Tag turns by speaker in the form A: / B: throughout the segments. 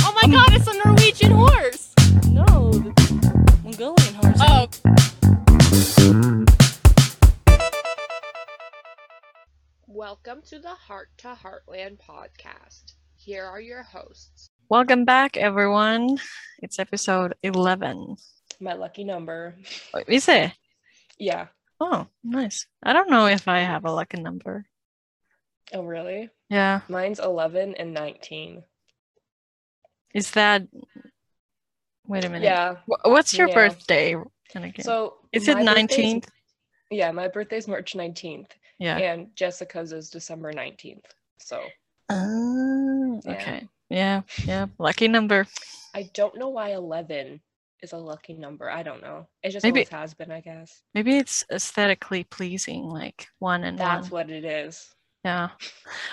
A: Oh. Welcome to the Heart to Heartland podcast. Here are your hosts.
B: Welcome back, everyone. It's episode 11.
A: My lucky number.
B: Oh, Is it?
A: Yeah.
B: Oh, nice. I don't know if I have a lucky number.
A: Oh, really?
B: Yeah.
A: Mine's 11 and 19.
B: Is that. Wait a minute.
A: Yeah.
B: Wh- What's your
A: Yeah.
B: birthday? And again,
A: So,
B: Is it
A: my birthday's-
B: 19th?
A: Yeah, my birthday's March 19th,
B: Yeah.
A: and Jessica's is December 19th. So,
B: Oh,
A: Yeah.
B: Ah, okay. Yeah. Yeah. Lucky number.
A: I don't know why 11 is a lucky number. I don't know. It just
B: Maybe-
A: always has been, I guess.
B: Maybe it's aesthetically pleasing, like one and one.
A: That's what it is.
B: Yeah.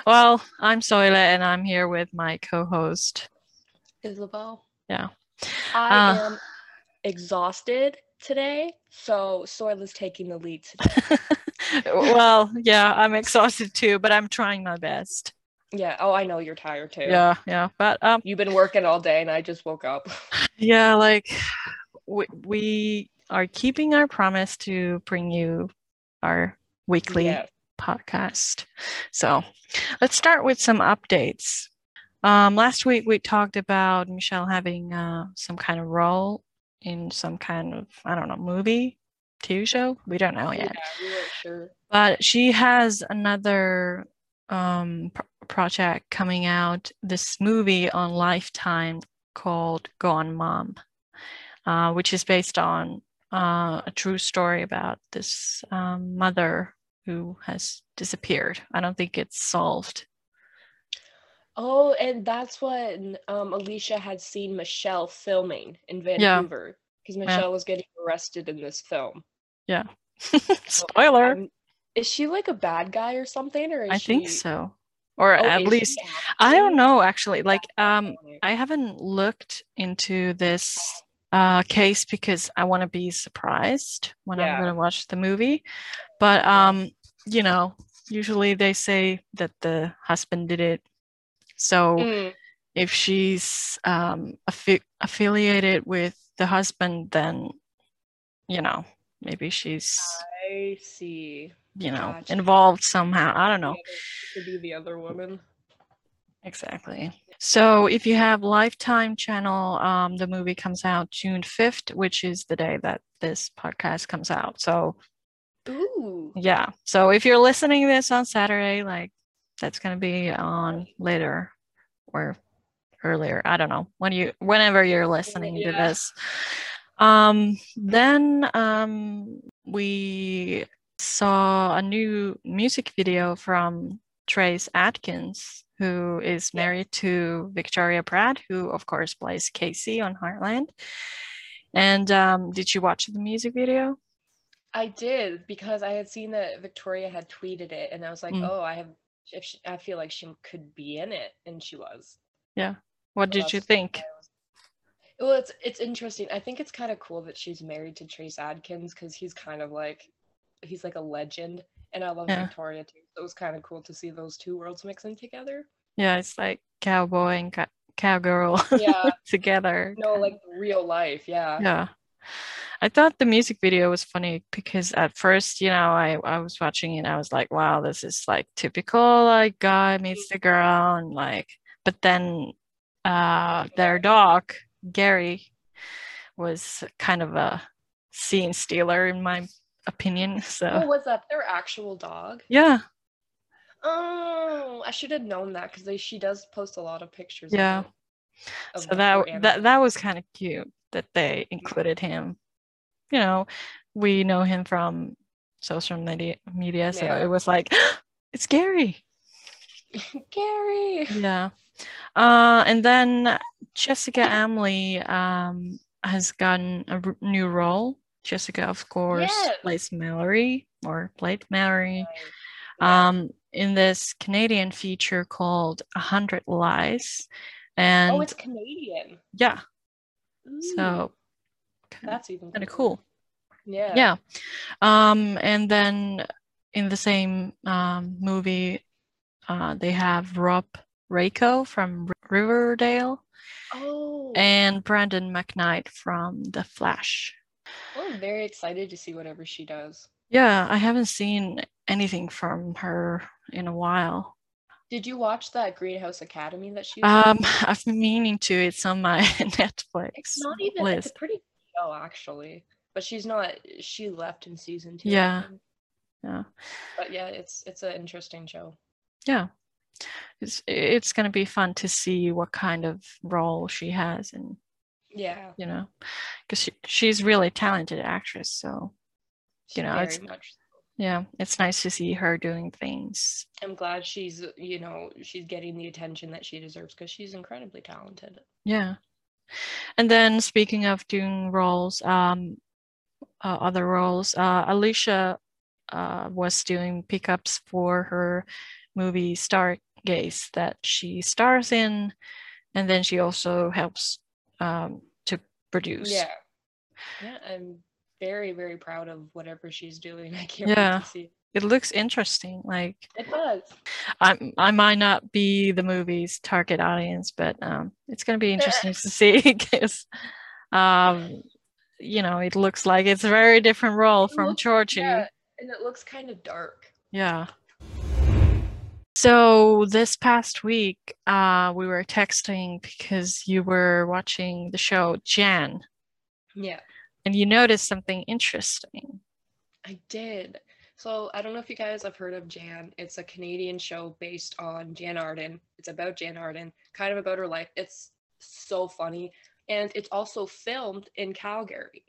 B: Well, I'm Soila and I'm here with my co host.
A: Isabel.
B: Yeah.
A: I
B: Uh.
A: am exhausted today, so Soila's taking the lead today.
B: well, yeah, I'm exhausted too, but I'm trying my best.
A: Yeah. Oh, I know you're tired too.
B: Yeah. Yeah. But um,
A: You've been working all day and I just woke up.
B: yeah like we, we are keeping our promise to bring you our weekly
A: Yeah.
B: podcast so let's start with some updates um, last week we talked about michelle having uh, some kind of role in some kind of i don't know movie tv show we don't know yet
A: we weren't sure.
B: but she has another um, pr- project coming out this movie on lifetime called gone mom uh, which is based on uh, a true story about this um, mother who has disappeared i don't think it's solved
A: Oh, and that's when um, Alicia had seen Michelle filming in Vancouver because Michelle was getting arrested in this film.
B: spoiler
A: Um, is she like a bad guy or something? Or is
B: i think
A: she-
B: so or
A: Oh,
B: at
A: is she
B: least i don't
A: actually?
B: know actually like um
A: Okay.
B: I haven't looked into this uh, case because I want to be surprised when
A: Yeah.
B: I'm going to watch the movie. But
A: Yeah.
B: um, you know, usually they say that the husband did it. So
A: Mm,
B: if she's um, affi- affiliated with the husband, then you know maybe she's
A: I see.
B: you know
A: Gotcha.
B: involved somehow. I don't
A: The
B: know.
A: other- Could be the other woman.
B: Exactly. So if you have Lifetime Channel, um, the movie comes out June 5th, which is the day that this podcast comes out. So
A: Ooh.
B: yeah. So if you're listening this on Saturday, like that's gonna be on later or earlier. I don't know. When you whenever you're listening to
A: yeah.
B: this. Um then um we saw a new music video from Trace Atkins, who is
A: Yeah.
B: married to Victoria Pratt, who of course plays Casey on Heartland. And um, did you watch the music video?
A: I did because I had seen that Victoria had tweeted it, and I was like,
B: Mm.
A: "Oh, I have. If she, I feel like she could be in it, and she was."
B: What
A: So
B: did you
A: that's
B: think?
A: why I was- Well, it's it's interesting. I think it's kind of cool that she's married to Trace Adkins because he's kind of like, he's like a legend, and I love
B: Yeah.
A: Victoria too. So it was kind of cool to see those two worlds mixing together.
B: Yeah, it's like cowboy and cow- cowgirl
A: Yeah.
B: together.
A: no,
B: kinda.
A: like real life. Yeah.
B: yeah. I thought the music video was funny because at first, you know, I, I was watching it and I was like, wow, this is like typical like guy
A: Mm.
B: meets the girl and like but then uh their dog, Gary, was kind of a scene stealer in my opinion.
A: Oh,
B: So
A: was that their actual dog?
B: yeah,
A: Oh, I should have known that because she does post a lot of pictures. of
B: Yeah.
A: it, of
B: so
A: her
B: that
A: animals.
B: that that was kind of cute that they included him you know we know him from social media media so
A: Yeah.
B: it was like it's scary
A: Gary.
B: yeah uh and then jessica amley um has gotten a r- new role jessica of course
A: Yes.
B: plays mallory or played mallory
A: Yeah.
B: um in this canadian feature called a hundred lies and
A: oh, it's Mm. Canadian.
B: yeah
A: Ooh,
B: so kind
A: that's even
B: of
A: cooler.
B: cool
A: Yeah.
B: yeah um and then in the same um movie uh they have rob Rayco from R- riverdale
A: Oh,
B: and brandon mcknight from the flash
A: well, I'm very excited to see whatever she does.
B: yeah i haven't seen anything from her in a while.
A: Did you watch that Greenhouse Academy that she?
B: Um, I've been meaning to. It's on my Netflix.
A: It's not even.
B: list.
A: It's a pretty good show actually, but she's not. She left in season two. I
B: Yeah.
A: think.
B: Yeah.
A: But yeah, it's it's an interesting show.
B: Yeah. It's it's going to be fun to see what kind of role she has and
A: Yeah.
B: you know because she, she's really talented actress so
A: she
B: know,
A: very
B: it's-
A: much.
B: yeah it's nice to see her doing things
A: I'm glad she's you know she's getting the attention that she deserves because she's incredibly talented.
B: Yeah. And then speaking of doing roles, um, uh, other roles, uh, Alicia uh, was doing pickups for her movie Stargaze that she stars in, and then she also helps um, to produce.
A: Yeah. Yeah, I'm very very proud of whatever she's doing. I can't wait
B: Yeah.
A: to see.
B: It looks interesting. Like
A: It does.
B: I, I might not be the movie's target audience, but um, it's going to be interesting to see because, um, you know, it looks like it's a very different role
A: It
B: from
A: looks-
B: Georgie.
A: Yeah,
B: Yeah.
A: and it looks kind of dark.
B: So this past week, uh, we were texting because you were watching the show Jan,
A: Yeah,
B: and you noticed something interesting.
A: I did. So I don't know if you guys have heard of Jan. It's a Canadian show based on Jan Arden. It's about Jan Arden, kind of about her life. It's so funny, and it's also filmed in Calgary,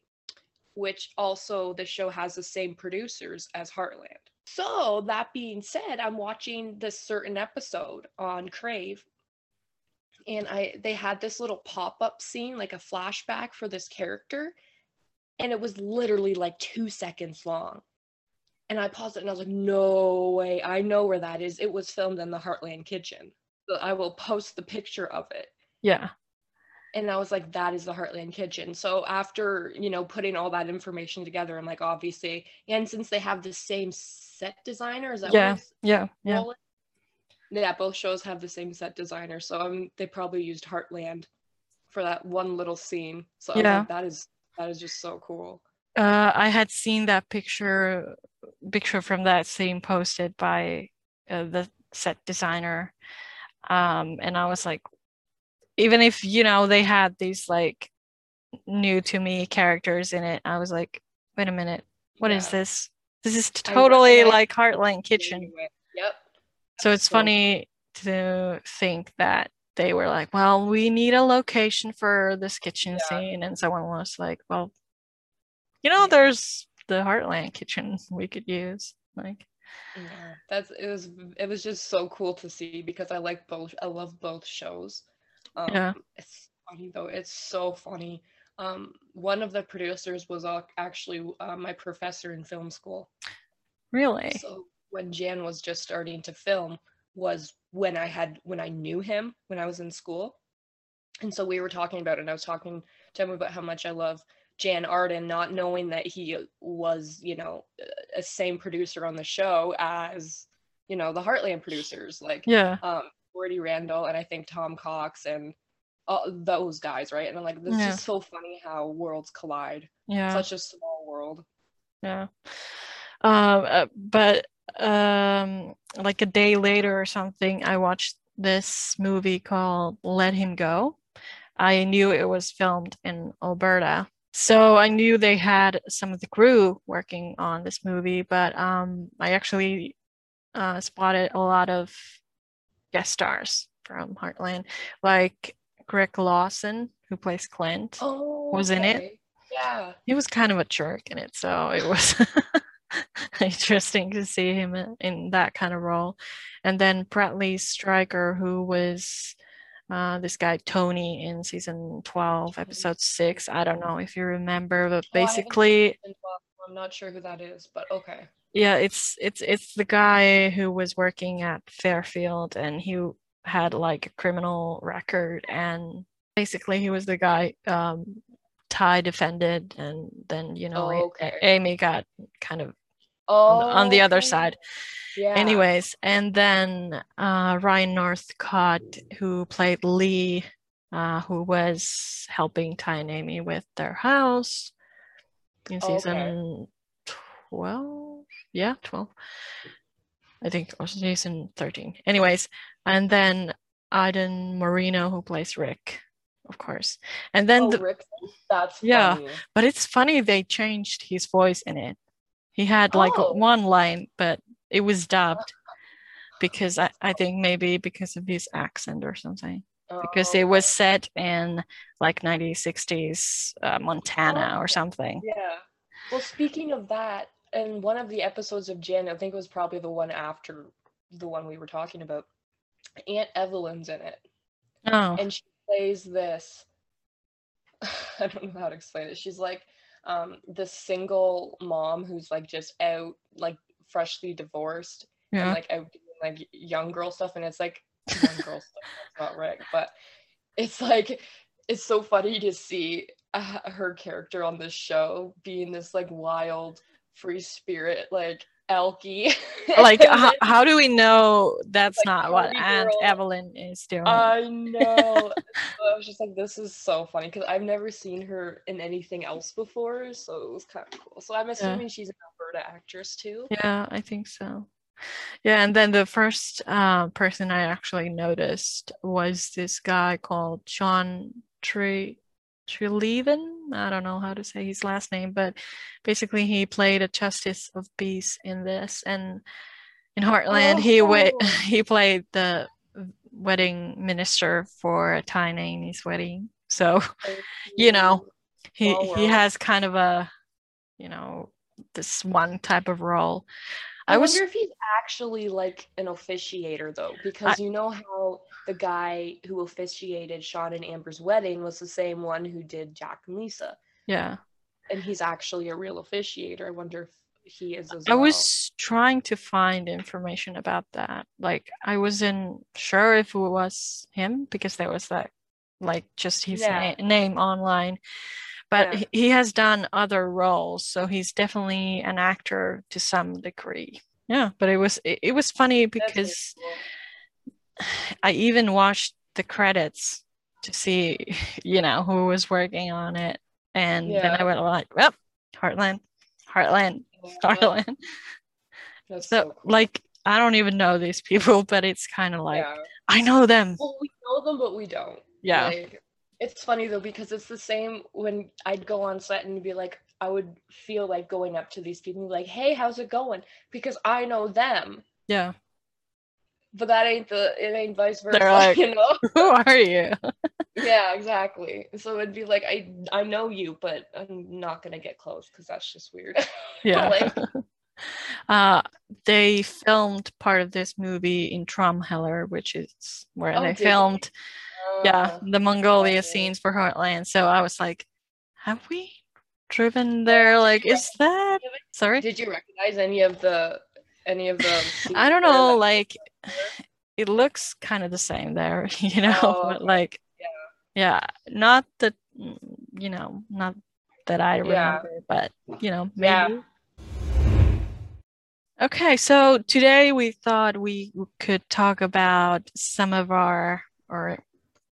A: which also the show has the same producers as Heartland. So that being said, I'm watching this certain episode on Crave and I they had this little pop-up scene, like a flashback for this character, and it was literally like two seconds long. And I paused it and I was like, no way, I know where that is. It was filmed in the Heartland kitchen. So I will post the picture of it
B: Yeah.
A: and I was like, that is the Heartland Kitchen. So after you know putting all that information together, I'm like, obviously, and since they have the same set designer, is that what
B: Yeah,
A: it's-
B: Yeah. Yeah.
A: Roland? Yeah, both shows have the same set designer, so um, they probably used Heartland for that one little scene. So I was
B: Yeah.
A: like, that is that is just so cool.
B: Uh, I had seen that picture picture from that scene posted by uh, the set designer. Um, and I was like, even if, you know, they had these like new to me characters in it, I was like, wait a minute, what is
A: Yeah.
B: this? This is
A: I
B: totally
A: recognize
B: like Heartland Kitchen.
A: Anyway, Yep.
B: So it's
A: So-
B: funny to think that they were like, well, we need a location for this kitchen
A: Yeah.
B: scene. And someone was like, well, you know,
A: Yeah.
B: there's the Heartland kitchen we could use. Like,
A: Yeah. That's it was it was just so cool to see because I like both I love both shows. Um,
B: Yeah.
A: It's funny though. It's so funny. Um, one of the producers was ac- actually uh, my professor in film school.
B: really?
A: So when Jan was just starting to film was when I had when I knew him when I was in school. And so we were talking about it and I was talking to him about how much I love Jan Arden, not knowing that he was, you know, a- a same producer on the show as, you know, the Heartland producers like
B: yeah.
A: um Gordy Randall and I think Tom Cox and all those guys, right? And I'm like, this
B: Yeah.
A: is so funny how worlds collide.
B: Yeah.
A: Such a small world.
B: yeah. Um, uh, but um, like a day later or something, I watched this movie called Let Him Go. I knew it was filmed in Alberta. So I knew they had some of the crew working on this movie, but um, I actually uh, spotted a lot of guest stars from Heartland, like Greg Lawson, who plays Clint.
A: Oh
B: Was in it?
A: okay. Yeah.
B: He was kind of a jerk in it, so it was interesting to see him in- in that kind of role. And then Bradley Stryker, who was uh, this guy Tony in season 12, episode 6. I don't know if you remember, but
A: Oh, I haven't
B: basically,
A: and Bob. I'm not sure who that is, but okay.
B: yeah it's it's it's the guy who was working at fairfield and he had like a criminal record and basically he was the guy um ty defended and then you know A-
A: Okay.
B: amy got kind of
A: Oh,
B: on, on the other side
A: Yeah.
B: anyways and then uh, ryan northcott who played lee uh, who was helping ty and amy
A: Oh,
B: with their house in
A: Okay.
B: season 12 yeah, 12. I think or season 13. Anyways, and then Iden Marino who plays Rick, of course. And then
A: oh,
B: the,
A: Rick, that's
B: Yeah.
A: funny.
B: but it's funny they changed his voice in it. He had like
A: Oh.
B: one line, but it was dubbed because I, I think maybe because of his accent or something. Because
A: Oh,
B: it was set in like 1960s uh, Montana or
A: Oh.
B: something.
A: Yeah. Well, speaking of that, in one of the episodes of Jan, I think it was probably the one after the one we were talking about, Aunt Evelyn's in it.
B: Oh,
A: And she plays this. I don't know how to explain it. She's like um, this single mom who's like just out, like freshly divorced, and
B: yeah.
A: like out doing like young girl stuff. And it's like young girl stuff, that's not right. But it's like, it's so funny to see uh, her character on this show being this like wild, free spirit, like elky.
B: like uh-huh.
A: And
B: how,
A: then-
B: how do we know that's
A: like,
B: not what
A: Barbie
B: aunt
A: girl.
B: evelyn is doing
A: I know. I was just like, this is so funny because I've never seen her in anything else before, so it was kind of cool. So I'm assuming she's an Alberta actress too.
B: yeah i think so yeah and then the first uh, person i actually noticed was this guy called john Tre Treleaven. i don't know how to say his last name but basically he played a justice of peace in this and in heartland he wa-
A: Oh.
B: he played the wedding minister for tiny amy's wedding so You know, he
A: Small
B: he
A: world.
B: has kind of a you know this one type of role
A: I,
B: i, was
A: wonder if he's actually like an officiator though, because you know how the guy who officiated Sean and Amber's wedding was the same one who did Jack and Lisa,
B: yeah
A: and he's actually a real officiator. I wonder if he is as
B: i
A: well.
B: was trying to find information about that like i wasn't sure if it was him because there was that like just his
A: Yeah.
B: na- name online but
A: Yeah.
B: he- he has done other roles so he's definitely an actor to some degree yeah but it was it, it was funny
A: That's really
B: because
A: cool.
B: I even watched the credits to see, you know, who was working on it. And then I
A: Yeah.
B: went like, well, Heartland, Heartland,
A: Yeah,
B: Heartland.
A: that's
B: So,
A: so cool.
B: like, I don't even know these people, but it's kind of like,
A: Yeah.
B: I know them.
A: Well, we know them, but we don't.
B: Yeah.
A: Like, it's funny though because it's the same when I'd go on set and be like, I would feel like going up to these people and be like, "Hey, how's it going?" Because I know them,
B: Yeah.
A: but that ain't the it ain't vice versa,
B: like-
A: you know?
B: Who are you?
A: yeah, exactly. So it'd be like, I I know you, but I'm not gonna get close because that's just weird.
B: Yeah.
A: like,
B: Uh, they filmed part of this movie in Tromheller, which is where
A: Oh,
B: they
A: did they?
B: filmed yeah
A: uh,
B: the mongolia
A: okay.
B: scenes for heartland so i was like have we driven there like
A: you
B: is that
A: recognize
B: sorry
A: uh, Did you recognize any of the any of the?
B: i don't
A: scenes
B: know
A: that-
B: like it looks kind of the same there you know
A: Oh,
B: but
A: okay.
B: like
A: Yeah.
B: yeah not that mm, you know not that i remember
A: Yeah.
B: but you know
A: Yeah.
B: maybe okay so today we thought we could talk about some of our or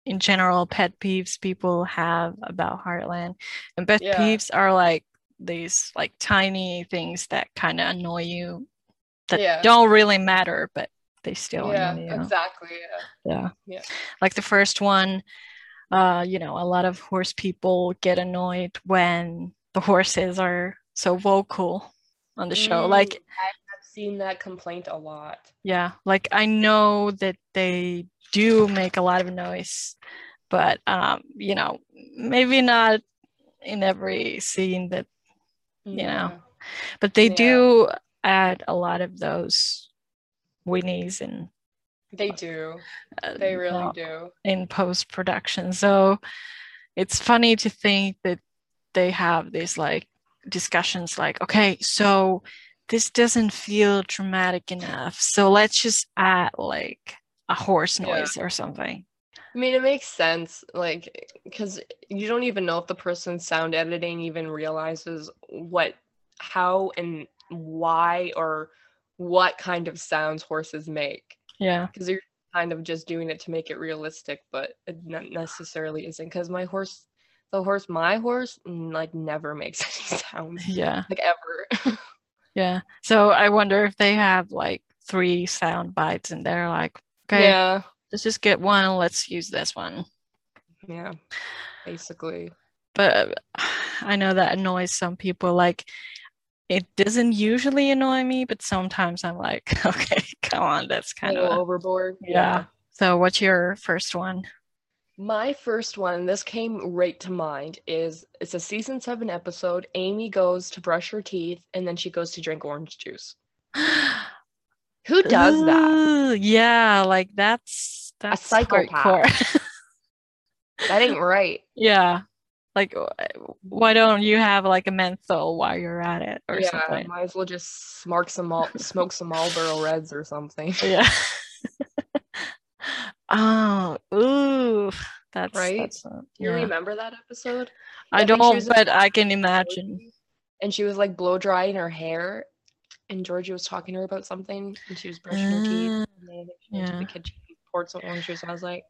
B: in general pet peeves people have about Heartland. And pet
A: Yeah.
B: peeves are like these like tiny things that kind of annoy you that
A: Yeah.
B: don't really matter, but they still
A: yeah,
B: annoy you.
A: exactly. Yeah.
B: Yeah.
A: Yeah.
B: Like the first one, uh, you know, a lot of horse people get annoyed when the horses are so vocal on the show.
A: Mm,
B: Like
A: I've seen that complaint a lot.
B: Yeah, like I know that they do make a lot of noise, but um, you know, maybe not in every scene that, Yeah. but they
A: Yeah.
B: do add a lot of those whinnies in
A: they do.
B: uh,
A: They really
B: uh,
A: do.
B: in post production. So it's funny to think that they have these like discussions like, okay, so this doesn't feel dramatic enough. So let's just add like a horse
A: Yeah.
B: noise or something.
A: I mean, it makes sense, like, because you don't even know if the person sound editing even realizes what, how, and why, or what kind of sounds horses make.
B: Yeah.
A: Because you're kind of just doing it to make it realistic, but it not necessarily isn't. Because my horse, the horse, my horse, n- like, never makes any sounds,
B: Yeah.
A: like, ever.
B: Yeah. So I wonder if they have like three sound bites and they're like, okay,
A: Yeah.
B: let's just get one. Let's use this one.
A: Yeah. Basically.
B: But uh, I know that annoys some people. Like, it doesn't usually annoy me, but sometimes I'm like, okay, come on, that's kind
A: Kind
B: of.
A: of overboard.
B: yeah. So, what's your first one?
A: My first one, this came right to mind, is it's a season seven episode. Amy goes to brush her teeth and then she goes to drink orange juice. Who does that?
B: Ooh, Yeah, like that's that's
A: psychopath.
B: hardcore.
A: That ain't right.
B: yeah. Like wh- why don't you have like a menthol while you're at it or
A: Mm. yeah,
B: something?
A: might as well just smoke some mal- smoke some Marlboro Reds or something,
B: Yeah. oh, ooh. That's
A: Right?
B: that's a-
A: You
B: yeah.
A: remember that episode? I
B: I
A: think she
B: don't,
A: was in-
B: but I can imagine.
A: And she was like blow drying her hair, and Georgie was talking to her about something, and she was brushing her teeth. And then she went to
B: Ah, yeah.
A: the kitchen, poured some orange juice. And I was like,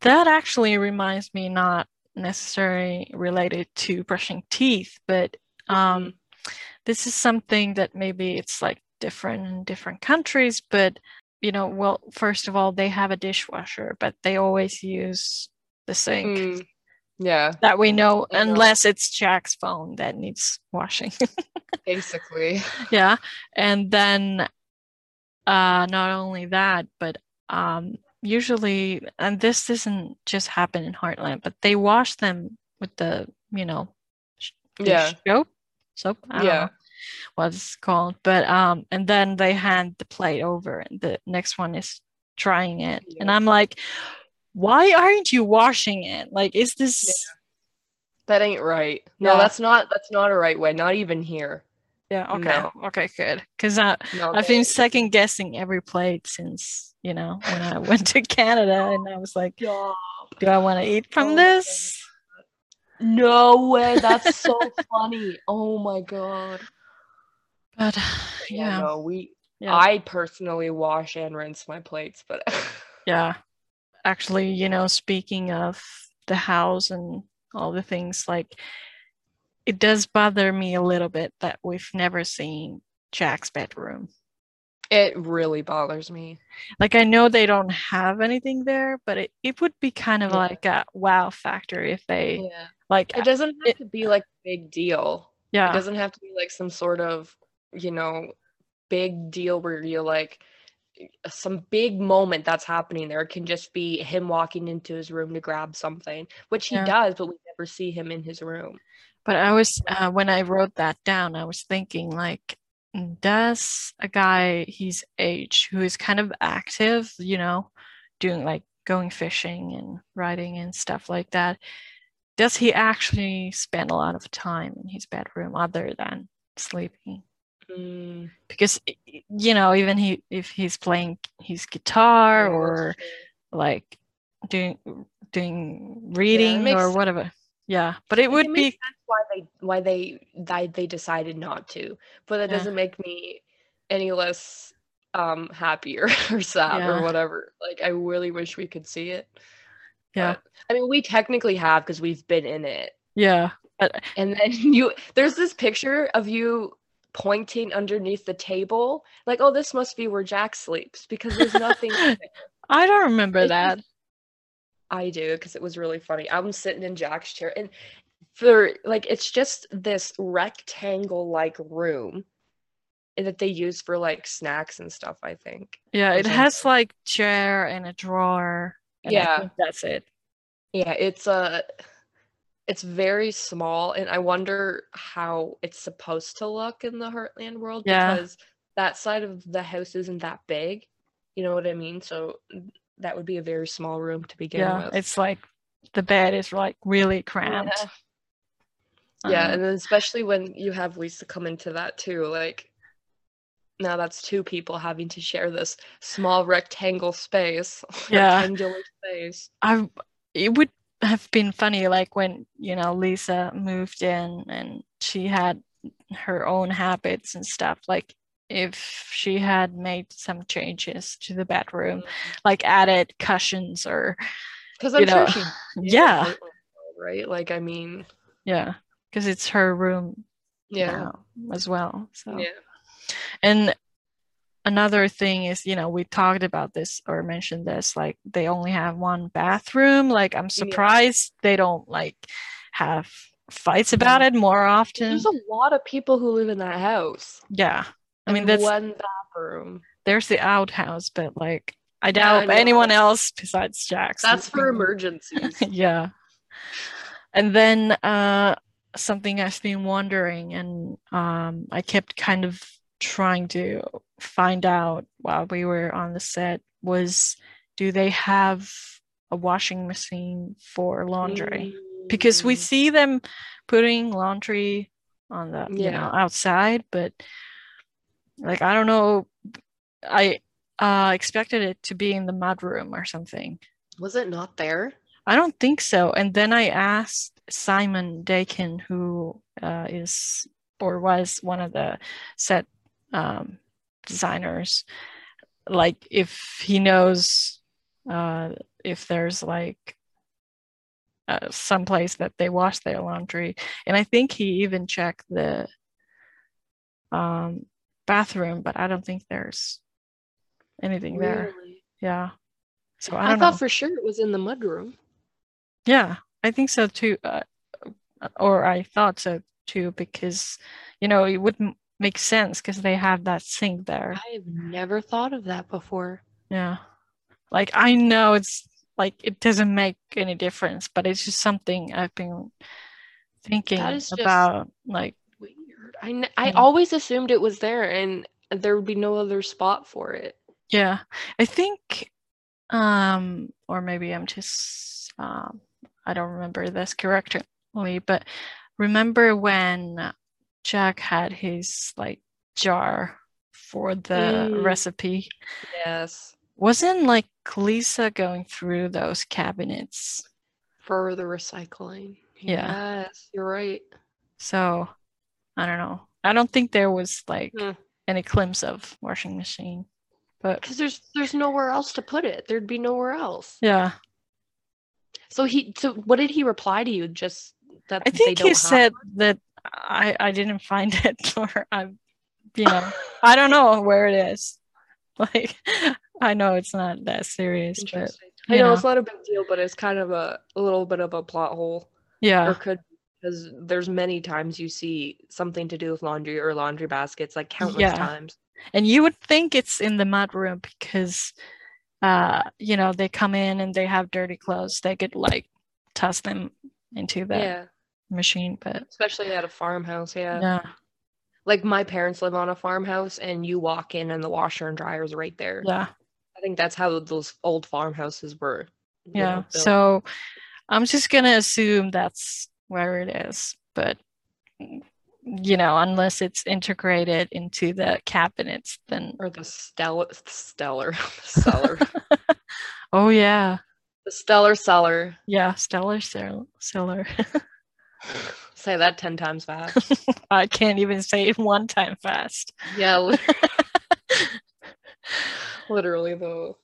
B: That actually reminds me not necessarily related to brushing teeth, but
A: Mm-hmm.
B: um this is something that maybe it's like different in different countries, but you know, well, first of all, they have a dishwasher, but they always use the sink
A: "Mm, yeah,
B: that we know,
A: I know.
B: unless it's Jack's phone that needs washing.
A: basically,
B: yeah. And then uh not only that, but um usually and this doesn't just happen in Heartland, but they wash them with the, you know, sh- dish
A: Yeah.
B: soap. Soap. I don't know.
A: yeah,
B: what it's called but um and then they hand the plate over and the next one is trying it and
A: Yeah.
B: i'm like why aren't you washing it like is this
A: that ain't right. No,
B: Yeah.
A: that's not that's not a right way. Not even here.
B: yeah okay
A: No.
B: okay good uh, because i
A: No,
B: i've
A: they-
B: been second guessing every plate since you know when i went to canada and i was like
A: Stop.
B: do i want to eat from
A: Oh my
B: this
A: No way. That's so funny. Oh my god.
B: but yeah
A: no, we.
B: Yeah.
A: I personally wash and rinse my plates, but
B: Yeah. Actually, you know, speaking of the house and all the things, like it does bother me a little bit that we've never seen Jack's bedroom.
A: it really bothers me.
B: Like, I know they don't have anything there, but it, it would be kind of
A: Yeah.
B: like a wow factor if they,
A: Yeah.
B: like,
A: It doesn't have
B: It-
A: to be like a big deal. It
B: yeah,
A: doesn't have to be like some sort of, you know, big deal where you're like some big moment that's happening there. It can just be him walking into his room to grab something, which he
B: Yeah.
A: does, but we never see him in his room.
B: But I was uh, when I wrote that down, I was thinking like, "Mm, does a guy his age who is kind of active, you know, doing like going fishing and riding and stuff like that, does he actually spend a lot of time in his bedroom other than sleeping?
A: Mm,
B: Because i- i- you know, even he if he's playing his guitar
A: yeah, that's
B: or
A: true.
B: like doing doing reading
A: makes
B: or
A: sense.
B: whatever, yeah. But it
A: Like,
B: would
A: it
B: be
A: makes sense why they why they they, they decided not to but that
B: Yeah.
A: doesn't make me any less um happier or sad
B: Yeah.
A: or whatever like i really wish we could see it
B: Yeah.
A: but- i mean we technically have because we've been in it
B: yeah.
A: and then you there's this picture of you pointing underneath the table like oh this must be where jack sleeps because there's nothing
B: I don't remember
A: It's
B: that.
A: just- I do because it was really funny. I'm sitting in Jack's chair, and for like, it's just this rectangle like room that they use for like snacks and stuff, I think.
B: Yeah,
A: or
B: it has
A: something.
B: like chair and a drawer. and I
A: Yeah.
B: think that's it.
A: Yeah, it's uh, it's very small, and I wonder how it's supposed to look in the Heartland world
B: Yeah.
A: because that side of the house isn't that big. You know what I mean? So that would be a very small room to begin
B: Yeah,
A: with.
B: it's like the bed is like really cramped.
A: Yeah. Yeah,
B: Uh,
A: and then especially when you have Lisa come into that too, like now that's two people having to share this small rectangle space,
B: Yeah.
A: rectangular space.
B: I it would have been funny like when, you know, Lisa moved in and she had her own habits and stuff. Like if she had made some changes to the bedroom, like added cushions or
A: Because
B: You
A: Mm. I'm
B: know,
A: sure she, did,
B: yeah.
A: right? Like I mean,
B: Yeah, because it's her room
A: Yeah.
B: now as well. So
A: Yeah.
B: and another thing is, you know, we talked about this or mentioned this, like they only have one bathroom. Like I'm surprised they don't like have fights about it more often.
A: There's a lot of people who live in that house.
B: Yeah. Mm. I mean
A: And
B: that's
A: one bathroom.
B: there's the outhouse, but like I
A: Yeah, I
B: doubt
A: know.
B: anyone else besides Jax.
A: That's for
B: living-
A: emergencies.
B: yeah. And then uh something I've been wondering and um I kept kind of trying to find out while we were on the set was do they have a washing machine for laundry? Because we
A: Mm.
B: see them putting laundry on the you know
A: Yeah.
B: outside, but like I don't know I uh expected it to be in the mud room or something.
A: was it not there?
B: I don't think so. And then I asked Simon Dakin, who uh, is or was one of the set um, designers, like if he knows uh, if there's like uh, some place that they wash their laundry. And I think he even checked the um, bathroom, but I don't think there's anything there.
A: Really?
B: Yeah. So I
A: I,
B: don't know.
A: thought for sure it was in the mudroom.
B: Yeah, I think so too. Uh, or I thought so too, because, you know, it wouldn't make sense because they have that sink there.
A: I've never thought of that before.
B: Yeah. Like, I know it's like it doesn't make any difference, but it's just something I've been thinking
A: is just-
B: about. Like,
A: Weird. I, n- I
B: Yeah.
A: always assumed it was there and there would be no other spot for it.
B: yeah, I think, um, or maybe I'm just, um, I don't remember this correctly, but remember when Jack had his like jar for the
A: Mm.
B: recipe?
A: Yes.
B: Wasn't like Lisa going through those cabinets?
A: For the recycling.
B: Yeah.
A: Yes, you're right.
B: So I don't know. I don't think there was like
A: Hmm.
B: any glimpse of washing machine, but
A: Because there's there's nowhere else to put it. There'd be nowhere else.
B: yeah,
A: So he so what did he reply to you? Just that
B: I
A: they
B: think
A: don't
B: he
A: have
B: said that I I didn't find it or I, you know, I don't know where it is. Like I know it's not that serious, but
A: Interesting.
B: you
A: I know
B: know.
A: it's not a big deal, but it's kind of a, a little bit of a plot hole.
B: yeah,
A: Or could because there's many times you see something to do with laundry or laundry baskets, like countless
B: Yeah.
A: times.
B: and you would think it's in the mud room because uh you know they come in and they have dirty clothes they could like toss them into the
A: Yeah.
B: machine but
A: Especially at a farmhouse, yeah.
B: yeah
A: Like my parents live on a farmhouse and you walk in and the washer and dryer's right there.
B: yeah
A: I think that's how those old farmhouses were. you know,
B: yeah
A: built.
B: so i'm just gonna assume that's where it is but you know unless it's integrated into the cabinets then
A: or the stellar stellar cellar.
B: oh yeah
A: the stellar cellar.
B: yeah stellar Cell- cellar
A: Say that ten times fast.
B: i can't even say it one time fast
A: yeah, li- literally though.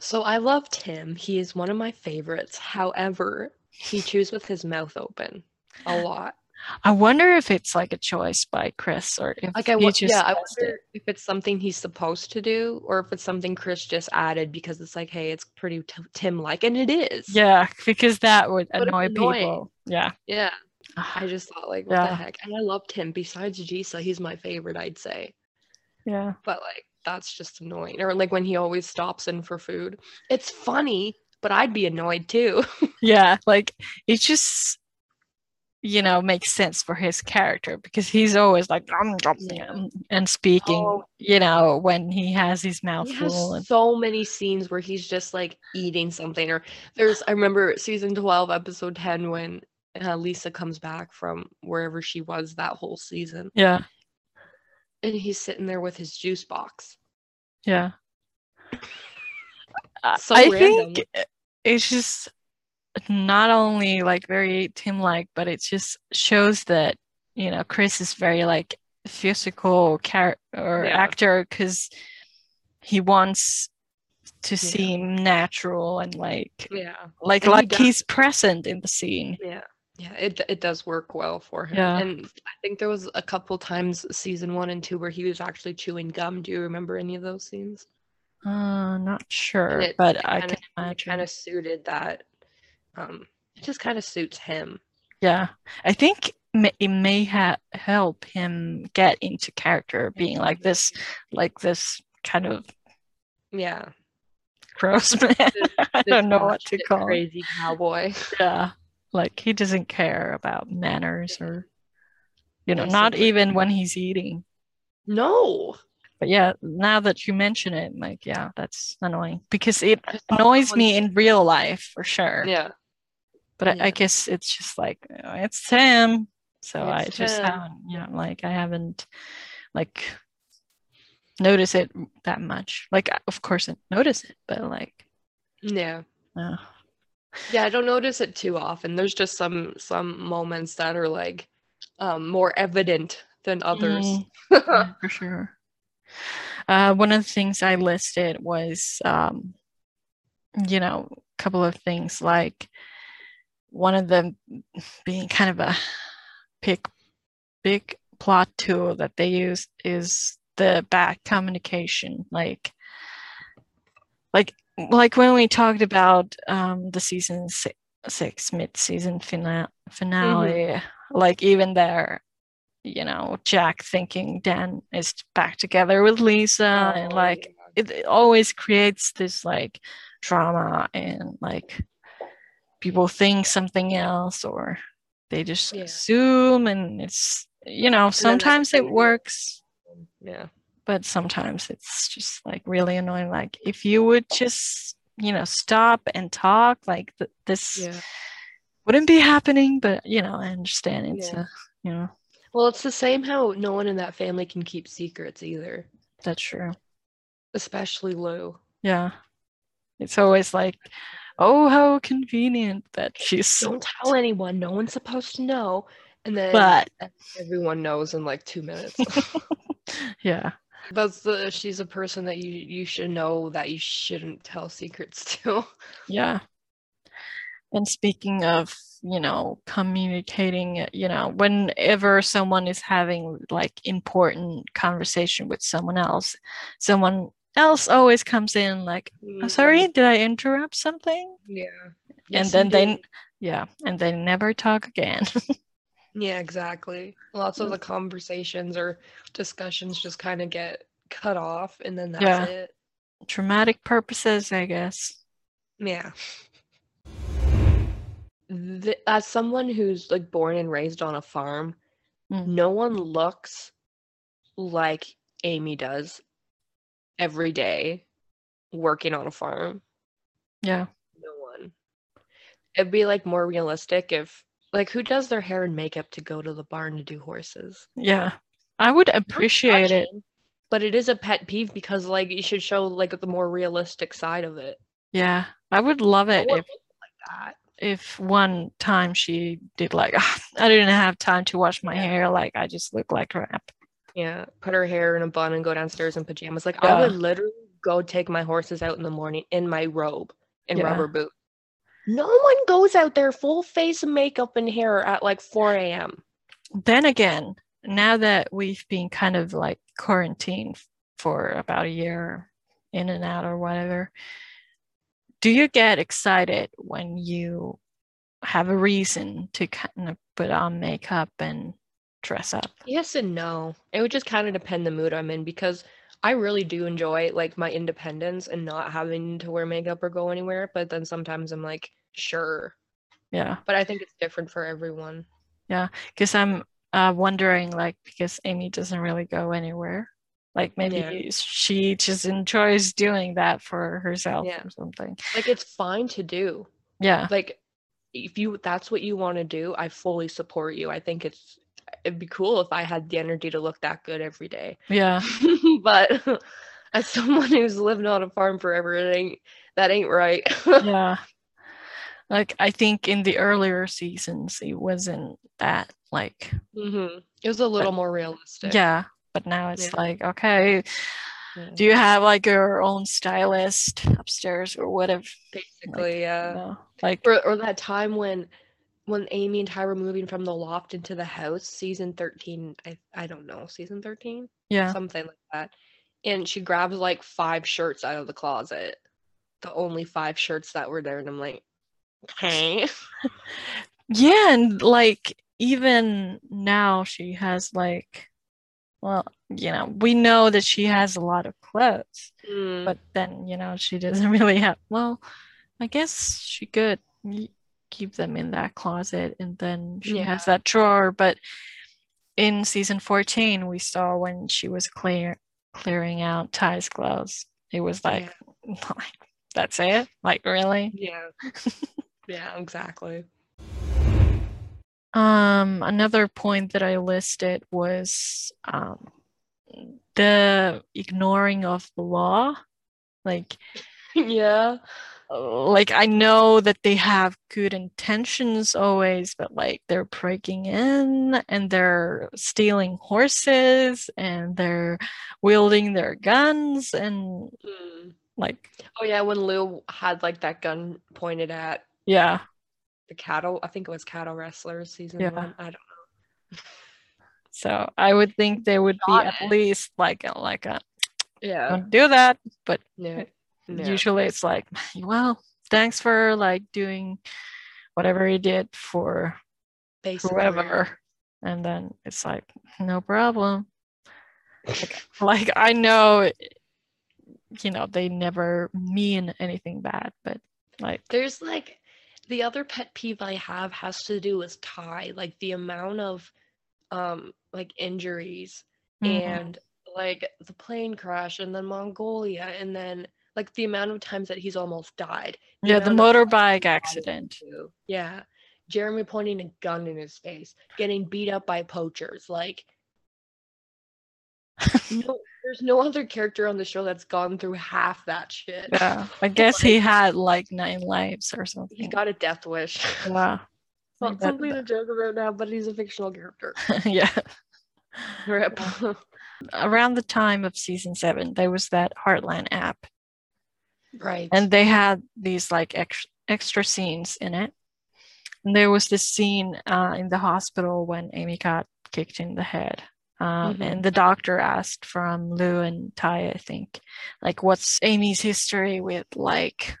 A: So I love Tim. He is one of my favorites. However, he chews with his mouth open a lot.
B: I wonder if it's like a choice by Chris or if
A: Like I,
B: he
A: wa-
B: just
A: yeah, I
B: does
A: wonder if it's something he's supposed to do or if it's something Chris just added because it's like, hey, it's pretty t- Tim-like, and it is.
B: it. Yeah, because that would
A: But it's
B: annoy
A: annoying.
B: people. Yeah.
A: yeah.
B: Ah,
A: I just thought, like, what
B: Yeah.
A: the heck? And I loved him. Besides Jisa, he's my favorite, I'd say.
B: Yeah.
A: But like, that's just annoying. Or like when he always stops in for food. It's funny, but I'd be annoyed too.
B: Yeah. Like it just you know makes sense for his character because he's always like "Nom, nom,
A: Yeah.
B: nom," and speaking,
A: Oh.
B: you know, when he has his mouth
A: He
B: full
A: has
B: and
A: so many scenes where he's just like eating something. Or there's, I remember season 12, episode 10, when uh, Lisa comes back from wherever she was that whole season.
B: yeah,
A: And he's sitting there with his juice box.
B: yeah. I-
A: So
B: Uh, I
A: random.
B: think it's just not only like very Tim like, but it just shows that you know Chris is very like physical character or
A: Yeah.
B: actor because he wants to seem natural and like
A: Yeah.
B: like
A: And he
B: like
A: does.
B: he's present in the scene.
A: Yeah. yeah it it does work well for him
B: Yeah.
A: and i think there was a couple times season one and two where he was actually chewing gum do you remember any of those scenes
B: Uh, not sure,
A: it-
B: but
A: it
B: I
A: kinda-
B: can
A: it kind
B: imagine.
A: of suited that um it just kind of suits him
B: Yeah, I think ma- it may ha help him get into character, being like this, like this kind of
A: yeah
B: gross man. I
A: this
B: don't know what to
A: batshit
B: call it.
A: crazy cowboy
B: Yeah, like he doesn't care about manners or, you know,
A: Yeah,
B: not
A: something.
B: even when he's eating.
A: no
B: But yeah, now that you mention it, like, yeah, that's annoying because it
A: I saw
B: annoys
A: someone-
B: me in real life for sure.
A: yeah
B: But I,
A: Yeah.
B: I guess it's just like uh, it's him. So I
A: It's
B: just
A: him.
B: haven't, you know, like I haven't like noticed it that much. Like, I- of course, I notice it, but like,
A: yeah
B: uh,
A: Yeah, I don't notice it too often. There's just some some moments that are like um more evident than others. Oh,
B: mm, yeah, for sure. Uh, one of the things I listed was, um, you know, a couple of things like one of them being kind of a big, big plot tool that they use is the bad communication, like, like, like when we talked about um, the season six, six mid-season fina- finale, like even there, you know, Jack thinking Dan is back together with Lisa, and
A: Oh,
B: like
A: yeah.
B: it, it always creates this like drama and like people think something else or they just
A: Yeah.
B: assume and it's you know
A: the
B: sometimes it
A: thing-
B: works
A: yeah.
B: but sometimes it's just like really annoying like if you would just you know stop and talk like th- this
A: Yeah.
B: wouldn't be happening but you know i understand it's
A: Yeah.
B: uh, you know
A: Well, it's the same how no one in that family can keep secrets either,
B: that's true
A: especially Lou.
B: yeah it's always like oh how convenient that she's
A: Don't tell anyone. No one's supposed to know. And then
B: but
A: everyone knows in like 2 minutes.
B: yeah
A: That's the she's a person that you you should know that you shouldn't tell secrets
B: Oh,
A: to.
B: yeah and speaking of you know communicating you know whenever someone is having like important conversation with someone else someone else always comes in like
A: Mm-hmm.
B: i'm sorry did i interrupt something
A: Mm, Yeah.
B: and then they yeah and they never talk again
A: Yeah, exactly. Lots of
B: Mm.
A: the conversations or discussions just kind of get cut off and then that's
B: Yeah.
A: it.
B: traumatic purposes i guess
A: Yeah. Th- as someone who's like born and raised on a farm,
B: Mm.
A: no one looks like Amy does every day working on a farm.
B: yeah
A: No one. It'd be like more realistic if like who does their hair and makeup to go to the barn to do horses?
B: yeah i would appreciate it
A: touching, But it is a pet peeve because like you should show like the more realistic side of it.
B: yeah i would love
A: I
B: it
A: wouldn't
B: if
A: look like that.
B: if one time she did like I didn't have time to wash my
A: Yeah.
B: hair, like I just look like crap.
A: Yeah. Put her hair in a bun and go downstairs in pajamas. Like
B: Yeah.
A: I would literally go take my horses out in the morning in my robe and
B: Yeah.
A: rubber boot. No one goes out there full face of makeup and hair at like 4 a.m.
B: Then again, now that we've been kind of like quarantined for about a year, in and out or whatever, do you get excited when you have a reason to kind of put on makeup and dress up?
A: Yes and no. It would just kind of depend the mood I'm in because I really do enjoy like my independence and not having to wear makeup or go anywhere. But then sometimes I'm like, sure.
B: Yeah.
A: But I think it's different for everyone.
B: because I'm uh, wondering, like, because Amy doesn't really go anywhere. Like maybe
A: Yeah.
B: she just enjoys doing that for herself
A: Yeah.
B: or something.
A: Like it's fine to do.
B: Yeah,
A: Like if you that's what you want to do, I fully support you. I think it's it'd be cool if I had the energy to look that good every day.
B: yeah,
A: but as someone who's lived on a farm forever, it ain't that ain't right.
B: yeah. Like I think in the earlier seasons it wasn't that like
A: hmm It was a little more realistic.
B: yeah, but now it's
A: Yeah.
B: like okay,
A: Yeah.
B: do you have like your own stylist upstairs or whatever?
A: Basically, yeah.
B: No, like
A: Or, or that time when when Amy and Ty were moving from the loft into the house, season 13, I, I don't know, season 13,
B: Yeah.
A: something like that. And she grabs like five shirts out of the closet, the only five shirts that were there. And I'm like, okay.
B: Yeah, and like even now she has like well, you know, we know that she has a lot of clothes,
A: Mm.
B: but then, you know, she doesn't really have well, I guess she could y- keep them in that closet and then she has that drawer, but in season 14 we saw when she was clear clearing out Ty's clothes. It was like like that's it? Like really?
A: yeah. yeah, exactly.
B: Um, another point that I listed was um, the ignoring of the law. Like, uh,
A: yeah.
B: like I know that they have good intentions always, but like they're breaking in and they're stealing horses and they're wielding their guns and
A: Mm.
B: like,
A: Oh, yeah. When Lou had like that gun pointed at
B: yeah,
A: the cattle, I think it was Cattle Wrestlers season
B: Yeah.
A: one. I don't
B: so I would think they would be
A: Got
B: at
A: it.
B: least like a, like a
A: Yeah.
B: don't do that, but
A: No. no.
B: usually it's like well thanks for like doing whatever you did for
A: Basically.
B: whoever and then it's like no problem like i know you know they never mean anything bad but like
A: There's like the other pet peeve I have has to do with Ty, like the amount of um like injuries
B: mm, Mm-hmm.
A: and like the plane crash and then Mongolia and then like the amount of times that he's almost died.
B: yeah the
A: amount of
B: motorbike
A: times
B: accident
A: too. Yeah. Jeremy pointing a gun in his face, getting beat up by poachers. Like, no, there's no other character on the show that's gone through half that shit.
B: yeah i guess he had like nine lives or
A: He
B: something
A: got a death wish.
B: yeah
A: Well,
B: Like that-
A: something to joke about now, but he's a fictional character.
B: yeah
A: Rip.
B: around the time of season seven there was that heartland app
A: right.
B: and they had these like ex- extra scenes in it and there was this scene uh, in the hospital when amy got kicked in the head um,
A: Mhm.
B: and the doctor asked from lou and ty i think like what's amy's history with like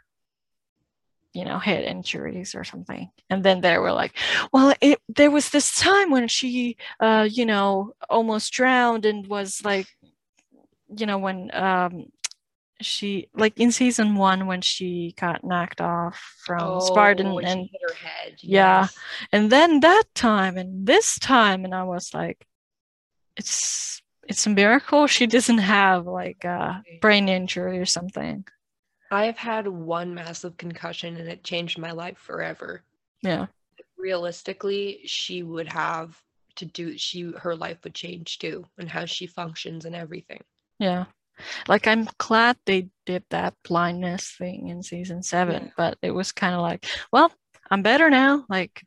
B: you know head injuries or something and then they were like well it, there was this time when she uh, you know almost drowned and was like you know when um she like in season one when she got knocked off from um, Spartan
A: when she
B: and
A: hit her head.
B: yeah.
A: Oh, yes.
B: and then that time and this time and I was like it's it's a miracle she doesn't have like a brain injury or something
A: I've had one massive concussion and it changed my life forever.
B: yeah
A: Realistically, she would have to do she her life would change too and how she functions and everything.
B: yeah like I'm glad they did that blindness thing in season seven
A: Yeah.
B: but it was kind of like well I'm better now like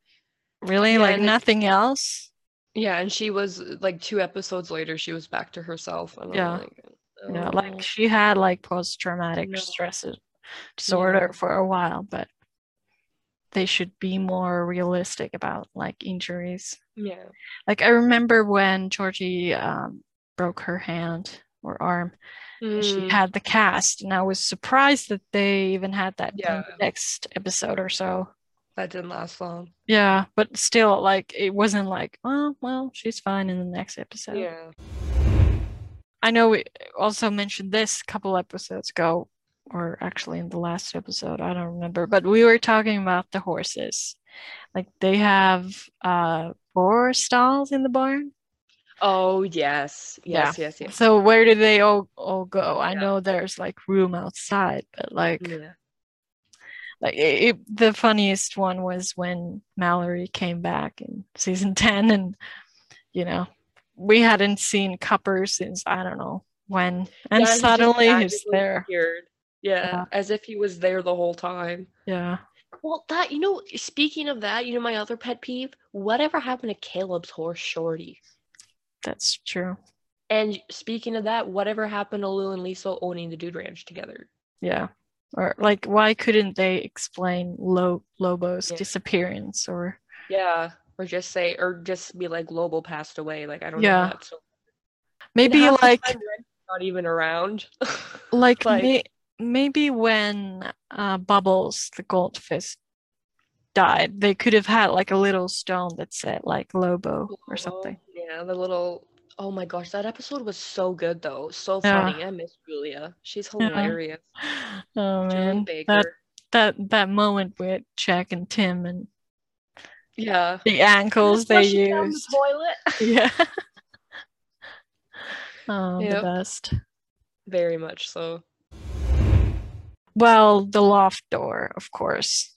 B: really
A: Yeah,
B: like
A: and it-
B: nothing else
A: Yeah, and she was like two episodes later, she was back to herself. And I'm
B: Yeah.
A: like,
B: Yeah,
A: "Oh."
B: like she had like post traumatic
A: No.
B: stress dis- disorder for a while, but they should be more realistic about like injuries.
A: yeah,
B: Like I remember when Georgie um, broke her hand or arm, and she
A: Mm,
B: had the cast, and I was surprised that they even had that in
A: Yeah.
B: the next episode or so.
A: that didn't last long.
B: Yeah, but still, like it wasn't like, oh well, she's fine in the next episode.
A: Yeah.
B: I know we also mentioned this a couple episodes ago, or actually in the last episode, I don't remember, but we were talking about the horses. Like they have uh four stalls in the barn.
A: Oh yes,
B: Yeah.
A: yes, yes, yes.
B: So where do they all all go? I
A: Yeah. Mm.
B: know there's like room outside, but like
A: Yeah.
B: like it, it- the funniest one was when Mallory came back in season 10 and you know, we hadn't seen Copper since I don't know when
A: Yeah,
B: and
A: he just
B: suddenly he's
A: magically
B: there.
A: appeared. Yeah,
B: Yeah.
A: as if he was there the whole time.
B: Yeah.
A: Well, that you know, speaking of that, you know, my other pet peeve: whatever happened to Caleb's horse, Shorty?
B: That's true.
A: And speaking of that, whatever happened to Lou and Lisa owning the Dude Ranch together?
B: Yeah. Or like why couldn't they explain Lo- Lobo's
A: Yeah.
B: disappearance or
A: Yeah. Or just say, or just be like, Global passed away. Like, I don't
B: Yeah.
A: know. That's so- and
B: Maybe
A: half the
B: like
A: time Ren's not even around.
B: like,
A: like-
B: may- maybe when uh, Bubbles the goldfish died, they could have had like a little stone that said like Lobo or something.
A: Oh, Yeah, the little. Oh my gosh, that episode was so good though. So
B: Yeah.
A: funny. I miss Julia. She's
B: Yeah.
A: hilarious.
B: Oh
A: Julie
B: man,
A: Baker.
B: that that that moment with Jack and Tim and
A: yeah.
B: the ankles they
A: Flushing down the
B: used.
A: toilet.
B: Yeah. oh,
A: Yep.
B: the best.
A: Very much so.
B: Well, the loft door, of course.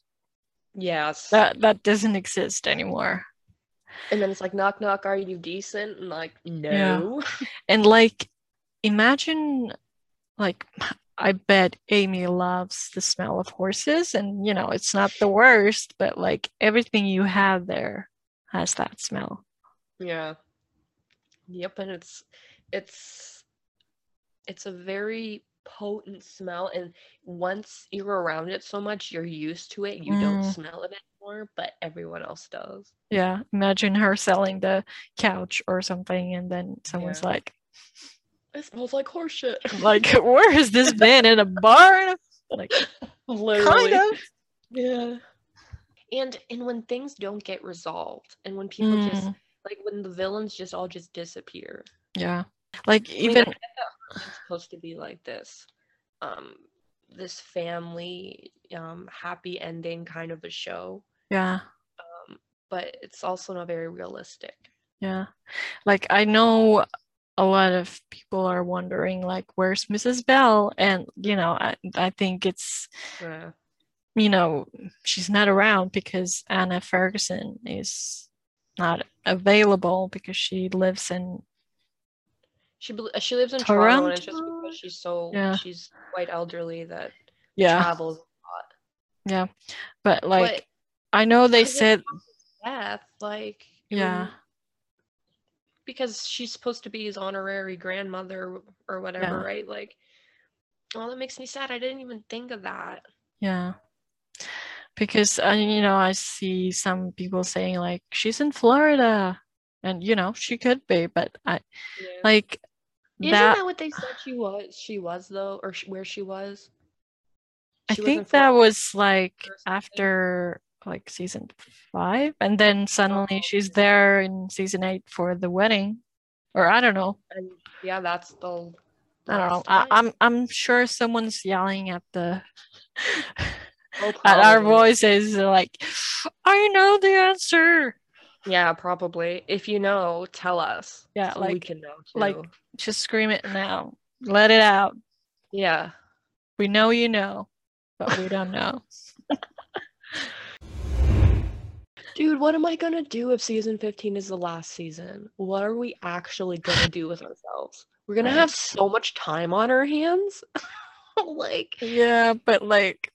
A: Yes.
B: That that doesn't exist anymore.
A: and then it's like, knock, knock, are you decent? And like, no.
B: And like imagine like I bet Amy loves the smell of horses and you know, it's not the worst, but like everything you have there has that smell.
A: Yeah. Yep, and it's it's it's a very potent smell and once you're around it so much you're used to it, you don't
B: Mm.
A: smell it anymore, but everyone else does.
B: Yeah, imagine her selling the couch or something and then someone's
A: Yeah.
B: like
A: It smells like horseshit.
B: like where has this been in a barn? Like
A: literally.
B: kind of.
A: Yeah. And and when things don't get resolved and when people just
B: Mm,
A: like when the villains just all just disappear.
B: yeah. Like
A: I mean,
B: even
A: I get that it's supposed to be like this um this family um happy ending kind of a show
B: yeah.
A: um but it's also not very realistic
B: Yeah. Like I know a lot of people are wondering like where's Mrs. Bell? And you know, I I think it's
A: yeah
B: you know, she's not around because Anna Ferguson is not available because she lives in
A: she bel- she lives in toronto and it's just
B: Toronto?
A: because she's so
B: Yeah.
A: she's quite elderly that
B: yeah,
A: travels
B: yeah. But like
A: but
B: I know they
A: because of
B: said
A: death like I
B: yeah,
A: mean, because she's supposed to be his honorary grandmother or whatever
B: Yeah.
A: right like well that makes me sad i didn't even think of that
B: yeah. Because I you know, I see some people saying like she's in Florida and you know, she could be, but I
A: yeah.
B: like
A: Isn't
B: that
A: that, what they said she was? She was though, or sh- where she was?
B: I
A: She was in
B: think that
A: Florida.
B: was like
A: or something.
B: after like season five, and then suddenly
A: Oh,
B: she's
A: yeah.
B: there in season eight for the wedding, or I don't know.
A: And yeah, that's the.
B: I don't know.
A: last
B: I,
A: time.
B: I'm I'm sure someone's yelling at the
A: Oh,
B: at our
A: probably.
B: voices like, I know the answer.
A: Yeah, probably. If you know, tell us.
B: Yeah,
A: so we
B: like-
A: can know.
B: like-
A: too.
B: Just scream it now. Let it out.
A: Yeah.
B: We know you know, but we don't know.
A: Dude, what am I gonna do if season fifteen is the last season? What are we actually gonna do with ourselves? We're gonna
B: Right.
A: have so much time on our hands. like,
B: yeah, but like.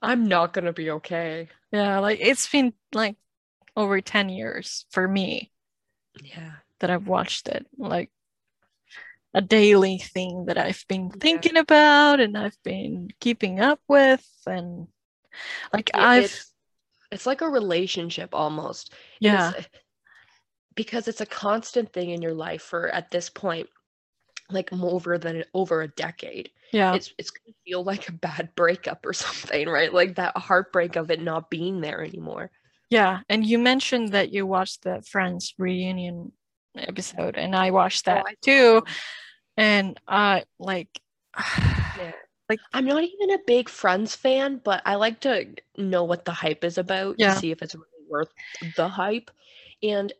A: I'm not gonna be okay.
B: Yeah, like it's been like over 10 years for me
A: Yeah.
B: that I've watched it. Like a daily thing that I've been
A: Yeah.
B: thinking about and I've been keeping up with and like
A: It-
B: I've
A: it's, it's like a relationship almost.
B: yeah,
A: is- because it's a constant thing in your life for at this point like m- over than over a decade
B: yeah,
A: it's it's gonna feel like a bad breakup or something right like that heartbreak of it not being there anymore
B: yeah. And you mentioned that you watched the Friends reunion episode and I watched
A: Oh,
B: that
A: I-
B: too and I like
A: i'm not even a big friends fan but i like to know what the hype is about
B: Yeah.
A: to see if it's really worth the hype and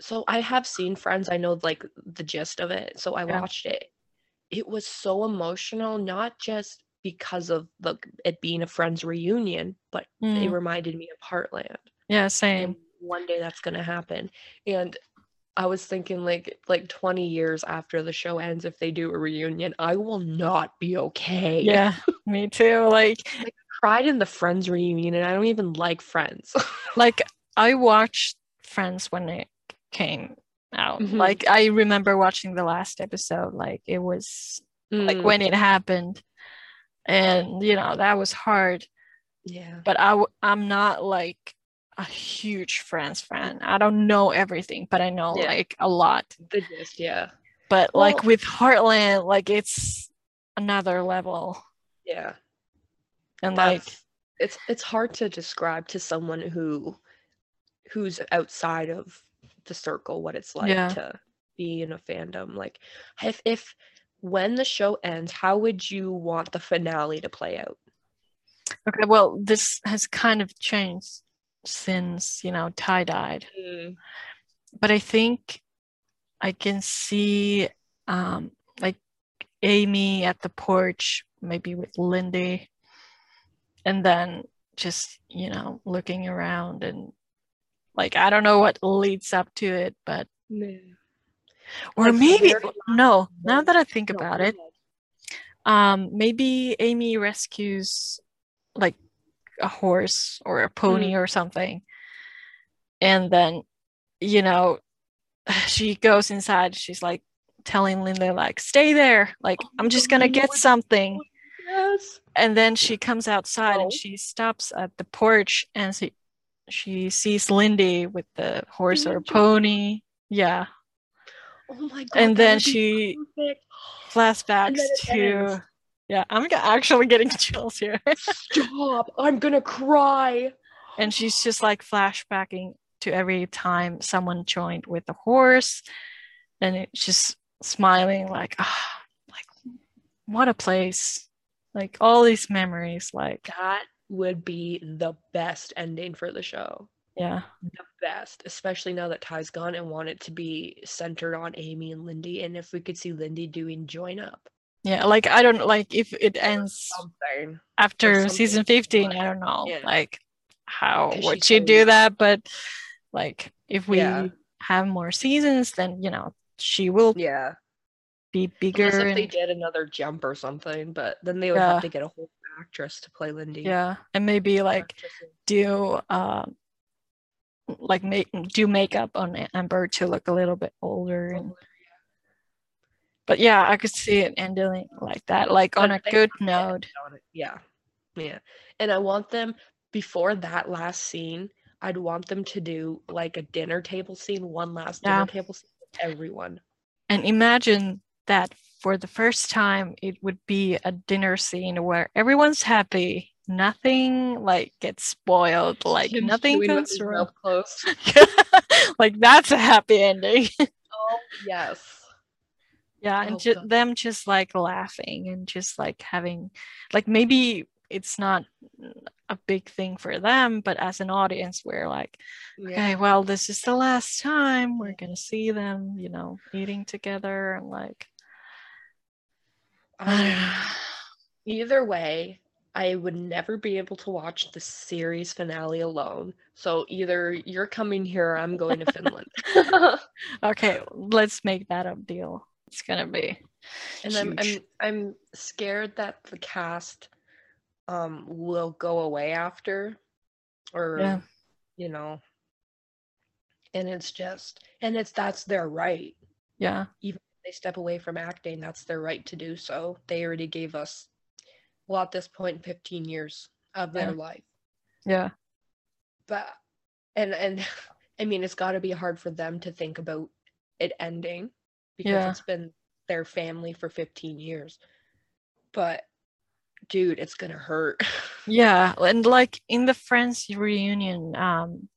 A: so i have seen friends i know like the gist of it so i
B: Yeah.
A: watched it it was so emotional not just because of the it being a friends reunion but it
B: mm,
A: reminded me of heartland
B: yeah,
A: and
B: same.
A: one day that's going to happen and i was thinking like like 20 years after the show ends if they do a reunion i will not be okay
B: Yeah, me too. Like
A: cried in the friends reunion and i don't even like friends
B: like I watched Friends when it came out.
A: Mhm.
B: Like I remember watching the last episode. Like it was like
A: Mm,
B: when it happened, and you know that was hard.
A: Yeah.
B: but I w- I'm not like a huge Friends fan. I don't know everything, but I know
A: Yeah.
B: like a lot.
A: The gist, yeah.
B: But like
A: Well-
B: with Heartland, like it's another level,
A: Yeah.
B: and like
A: That's- it's it's hard to describe to someone who who's outside of the circle what it's like
B: Yeah.
A: to be in a fandom like if if when the show ends how would you want the finale to play out
B: okay, well, this has kind of changed since you know Ty died.
A: Mm,
B: but I think I can see um like Amy at the porch, maybe with Lindy, and then just you know looking around and like I don't know what leads up to it, but or
A: Like,
B: maybe
A: very
B: no. Now
A: moment.
B: that I think
A: No,
B: about
A: go
B: it,
A: ahead.
B: um maybe Amy rescues like a horse or a pony
A: Mm.
B: or something and then you know she goes inside she's like telling Linda like stay there like
A: Oh my
B: I'm just
A: God,
B: gonna
A: you
B: get
A: would-
B: something
A: yes
B: and then she comes outside
A: No.
B: and she stops at the porch and she she sees Lindy with the horse or
A: Lindy.
B: pony yeah
A: oh my god
B: and
A: that
B: then
A: would be
B: she
A: perfect.
B: flashbacks
A: it
B: to
A: ends.
B: yeah I'm g- actually getting chills here
A: stop i'm gonna cry
B: and she's just like flashbacking to every time someone joined with the horse and it, she's smiling like ah like what a place like all these memories like
A: that would be the best ending for the show
B: yeah
A: the best, especially now that Ty's gone and want it to be centered on Amy and Lindy. And if we could see Lindy doing join up,
B: yeah like i don't like if it ends
A: something.
B: after
A: something
B: season
A: like
B: 15
A: that.
B: i don't know
A: Yeah.
B: like how
A: 'Cause
B: would
A: she's
B: she do
A: always-
B: that but like if we
A: Yeah.
B: have more seasons then you know she will
A: Yeah.
B: be bigger
A: Unless if they
B: and
A: did another jump or something, but then they would
B: Mm. Yeah.
A: have to get a whole actress to play Lindy.
B: yeah and maybe like
A: Actress and-
B: do um like make do makeup on A- Amber to look a little bit older and but yeah I could see it ending like that like on
A: But
B: a
A: they
B: good
A: have to
B: note
A: end on it. Yeah. Yeah. And I want them before that last scene, I'd want them to do like a dinner table scene, one last
B: Yeah.
A: dinner table scene with everyone.
B: and imagine that for the first time it would be a dinner scene where everyone's happy nothing like gets spoiled like
A: Kim's
B: nothing
A: chewing with
B: goes
A: his
B: wrong
A: mouth closed.
B: like that's a happy ending
A: Oh yes.
B: Yeah, and
A: Oh,
B: ju-
A: God.
B: them just like laughing and just like having, like maybe it's not a big thing for them, but as an audience, we're like, okay, well, this is the last time we're gonna see them, you know, eating together and like, I don't know.
A: either way, I would never be able to watch the series finale alone. So either you're coming here or I'm going to Finland. and
B: okay, let's make that a deal. It's gonna be,
A: I'm, I'm
B: Huge.
A: I'm scared that the cast um will go away after or
B: yeah,
A: you know and it's just and it's that's their right.
B: yeah,
A: they step away from acting, that's their right to do so. They already gave us, well, at this point, 15 years of their
B: Yeah.
A: life.
B: yeah,
A: But, and, and I mean, it's got to be hard for them to think about it ending because
B: Yeah.
A: it's been their family for 15 years. But, dude, it's going to hurt.
B: yeah. And like in the Friends reunion, um,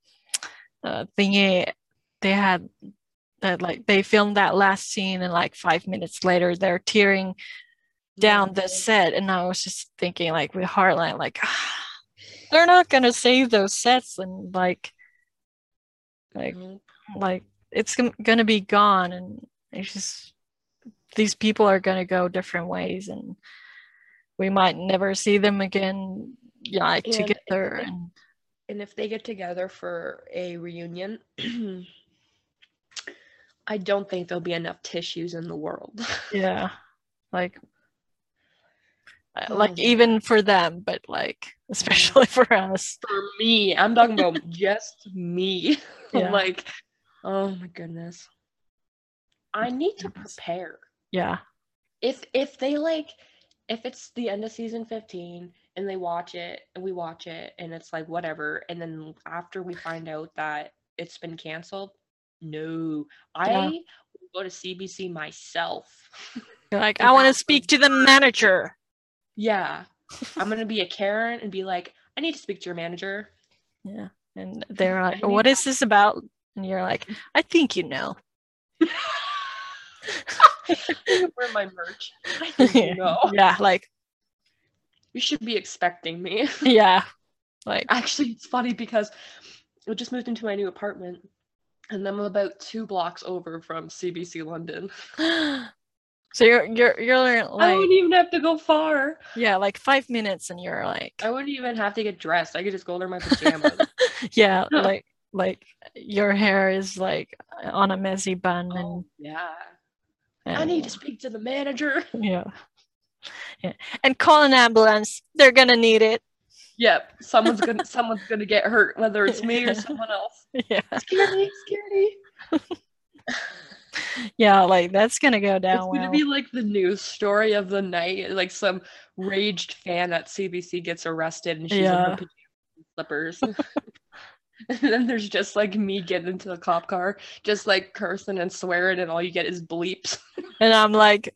B: uh, thingy, they had that like they filmed that last scene and like five minutes later they're tearing down the set and i was just thinking like with heartland like they're not gonna save those sets and like like
A: Nope.
B: like it's gonna- gonna be gone and it's just these people are gonna go different ways and we might never see them again yeah like
A: And I
B: together
A: think-
B: and
A: and if they get together for a reunion, I don't think there'll be enough tissues in the world.
B: yeah like I-
A: Oh
B: like
A: my
B: even for them but like especially for us
A: for me. I'm talking about just me.
B: Yeah.
A: like, oh my goodness. I need to
B: Goodness.
A: prepare.
B: yeah
A: If if they like if it's the end of season 15 and they watch it and we watch it and it's like whatever and then after we find out that it's been canceled no i
B: Yeah.
A: will go to cbc myself
B: You're like, I want to
A: Exactly.
B: speak to the manager.
A: yeah i'm gonna be a karen and be like i need to speak to your manager
B: Yeah. And they're like,
A: I need
B: what is this about? And you're like, I think you know.
A: wear my merch I think you know
B: Yeah. Like,
A: you should be expecting me
B: yeah. Like,
A: actually it's funny because I just moved into my new apartment and I'm about two blocks over from CBC London.
B: so you're, you're, you're
A: I
B: like,
A: wouldn't even have to go far.
B: yeah, like five minutes and you're like,
A: I wouldn't even have to get dressed. I could just go under my pajamas.
B: yeah,
A: Huh.
B: like, like your hair is like on a messy bun. And,
A: oh, yeah. I
B: and-
A: need to speak to the manager.
B: Yeah. Yeah. And call an ambulance. They're gonna need it.
A: Yep. Someone's gonna someone's gonna get hurt, whether it's me or someone else.
B: Yeah.
A: Scary, scary.
B: Yeah, like that's gonna go down
A: it's
B: well.
A: gonna be like the news story of the night. Like some raged fan at CBC gets arrested and she's in
B: Yeah.
A: her pajamas and slippers. and then there's just like me getting into the cop car, just like cursing and swearing, and all you get is bleeps.
B: and I'm like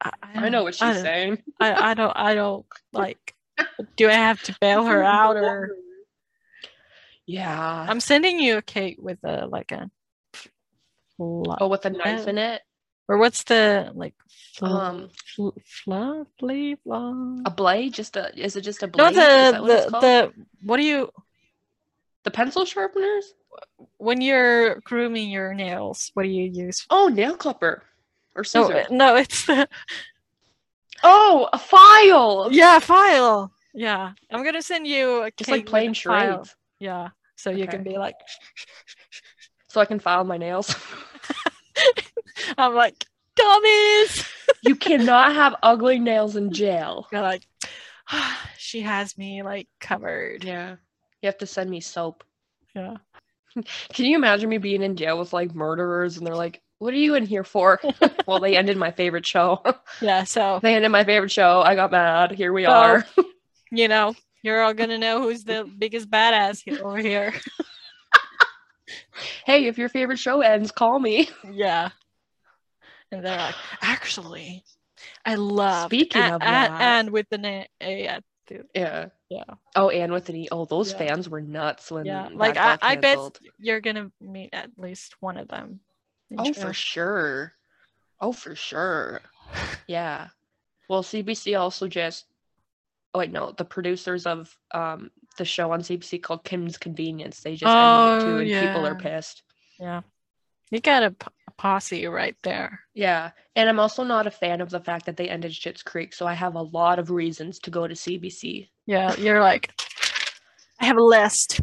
B: I,
A: I know what
B: I
A: she's
B: don't-
A: saying.
B: I, I don't I don't like do I have to bail her out or
A: Yeah.
B: I'm sending you a cake with a like a fluff
A: oh, with a knife in it.
B: or what's the like fluff
A: Um,
B: fluff fluff fluff
A: a blade. Just a. Is it just a
B: no
A: blade? Is
B: the
A: that what it's
B: the,
A: called?
B: the what do you
A: The pencil sharpeners.
B: when you're grooming your nails what do you use
A: Oh, nail clipper. Or
B: no
A: scissors.
B: no it's the
A: Oh, a file.
B: yeah file yeah I'm gonna send you a
A: Just
B: cake
A: like plain
B: with a file.
A: charades.
B: yeah so you
A: Okay.
B: can be like
A: so I can file my nails.
B: I'm like, dummies.
A: you cannot have ugly nails in jail.
B: You're like, "Ah, she has me like covered.
A: Yeah. You have to send me soap.
B: Yeah.
A: Can you imagine me being in jail with like murderers and they're like, what are you in here for? well, they ended my favorite show.
B: Yeah. So,
A: they ended my favorite show. I got mad. Here we are.
B: you know, you're all gonna know who's the biggest badass he- over here.
A: Hey, if your favorite show ends, call me.
B: Yeah. And they're like, actually, I love
A: Speaking
B: a-
A: of
B: a-
A: that-
B: and with the name yeah,
A: Yeah.
B: Yeah.
A: Oh, and with an E. Oh, those
B: Yeah.
A: fans were nuts when
B: yeah.
A: that
B: Like I,
A: got
B: I bet
A: canceled.
B: you're gonna meet at least one of them. in
A: Oh,
B: jail.
A: for sure. Oh, for sure. Yeah. Well, CBC also just. Oh, wait, no. The producers of um the show on CBC called Kim's Convenience. They just ended it
B: Oh,
A: too, and people are
B: yeah.
A: pissed.
B: Yeah. You got a, p- a posse right there.
A: Yeah, and I'm also not a fan of the fact that they ended Schitt's Creek, so I have a lot of reasons to go to CBC.
B: Yeah, you're like, I have a list.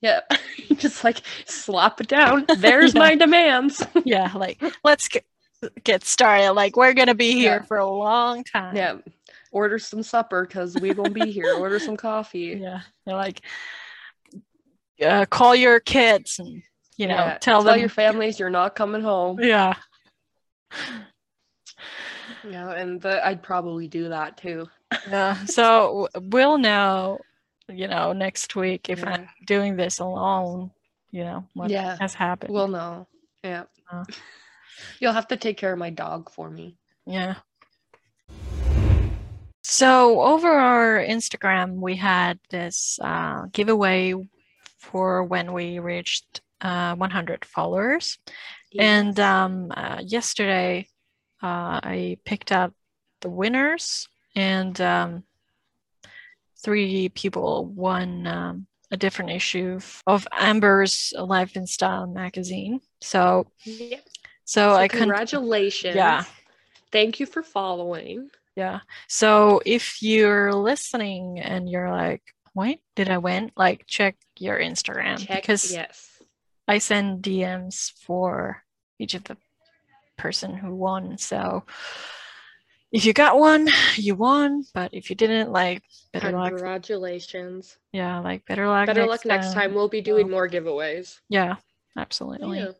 A: Yeah, just like slap it down. There's my demands.
B: Yeah, like let's get get started. Like we're gonna be here
A: Yeah.
B: for a long time.
A: yeah, order some supper because we won't be here. Order some coffee.
B: yeah. You're like, uh, call your kids and you know
A: Yeah,
B: tell
A: tell
B: them.
A: your families you're not coming home.
B: yeah,
A: Yeah, and the, I'd probably do that too.
B: yeah. So w- we'll know, you know, next week if
A: Yeah.
B: I'm doing this alone. You know what
A: Yeah.
B: has happened.
A: Well, no. Yeah.
B: Oh.
A: You'll have to take care of my dog for me.
B: Yeah. So over our Instagram, we had this uh, giveaway for when we reached uh, 100 followers. And um, uh, yesterday, uh, I picked up the winners, and um, three people won um, a different issue f- of Amber's Life and Style magazine. So,
A: Yeah. So
B: so, Oh, I couldn't.
A: congratulations.
B: Yeah.
A: Thank you for following.
B: Yeah. So if you're listening and you're like, wait, did I win? Like, check your Instagram
A: Check.
B: because
A: yes.
B: I send DMs for each of the person who won. So if you got one, you won. But if you didn't, like, better luck.
A: Congratulations.
B: Yeah, like, better luck.
A: Better luck next time. We'll be doing
B: Yeah.
A: more giveaways.
B: Yeah, absolutely.
A: Yeah.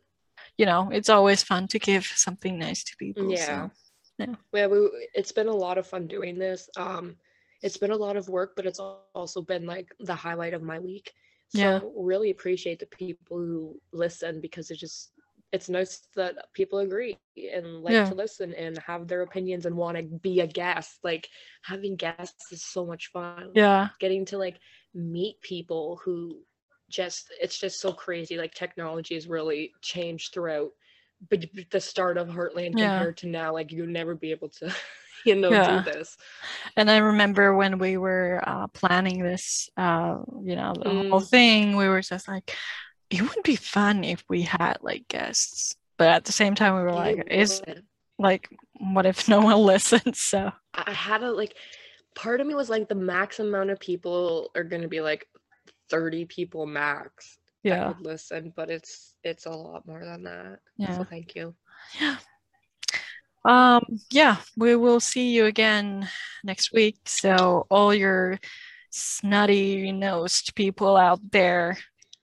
B: You know, it's always fun to give something nice to people.
A: Yeah.
B: So Yeah.
A: yeah we, it's been a lot of fun doing this um it's been a lot of work but it's al- also been like the highlight of my week so
B: Yeah.
A: really appreciate the people who listen because it just it's nice that people agree and like
B: Yeah.
A: to listen and have their opinions and want to be a guest like having guests is so much fun
B: Yeah.
A: getting to like meet people who just it's just so crazy like technology has really changed throughout but but the start of heartland
B: Yeah.
A: compared to now like you'll never be able to you know
B: Yeah.
A: do this
B: And I remember when we were uh, planning this, uh, you know, the whole
A: Mm.
B: thing, we were just like, it would be fun if we had like guests. But at the same time, we were like, is
A: Dude,
B: like, what if no one listens? So,
A: i I had a like part of me was like the max amount of people are going to be like 30 people max that
B: yeah.
A: would listen but it's it's a lot more than that
B: Yeah.
A: so thank you
B: Um, yeah, we will see you again next week. So, all your snotty nosed people out there,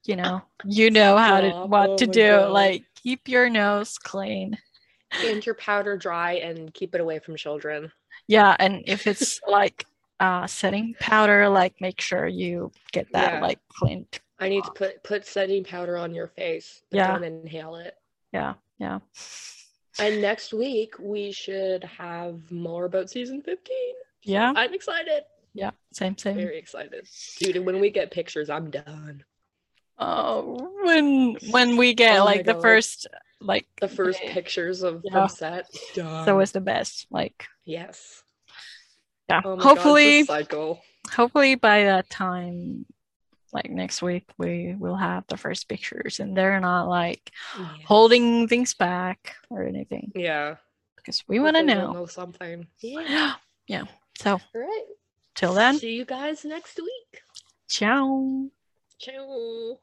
B: you know, you know how to
A: Stop.
B: what
A: Oh
B: to
A: my
B: do.
A: God.
B: Like, keep your nose clean.
A: and your powder dry and keep it away from children
B: Yeah, and if it's like uh setting powder, like make sure you get that
A: Yeah.
B: like cleaned.
A: i need to put put setting powder on your face but
B: Yeah.
A: don't inhale it
B: Yeah, yeah.
A: And next week we should have more about season 15.
B: Yeah,
A: I'm excited.
B: yeah, same, same.
A: Very excited. Dude, and when we get pictures, I'm done.
B: Oh, when when we get
A: Oh my
B: like the
A: God.
B: first like
A: The first
B: day,
A: pictures of
B: Yeah.
A: from set. Done.
B: so it's the best. Like
A: yes.
B: yeah.
A: Oh my God, it's a
B: hopefully
A: cycle.
B: hopefully by that time like next week we will have the first pictures and they're not like
A: Yes.
B: holding things back or anything
A: Yeah.
B: because we want to
A: Hopefully we'll
B: know.
A: know something. Yeah.
B: Yeah. Yeah. So
A: All right.
B: till then.
A: See you guys next week.
B: Ciao.
A: Ciao.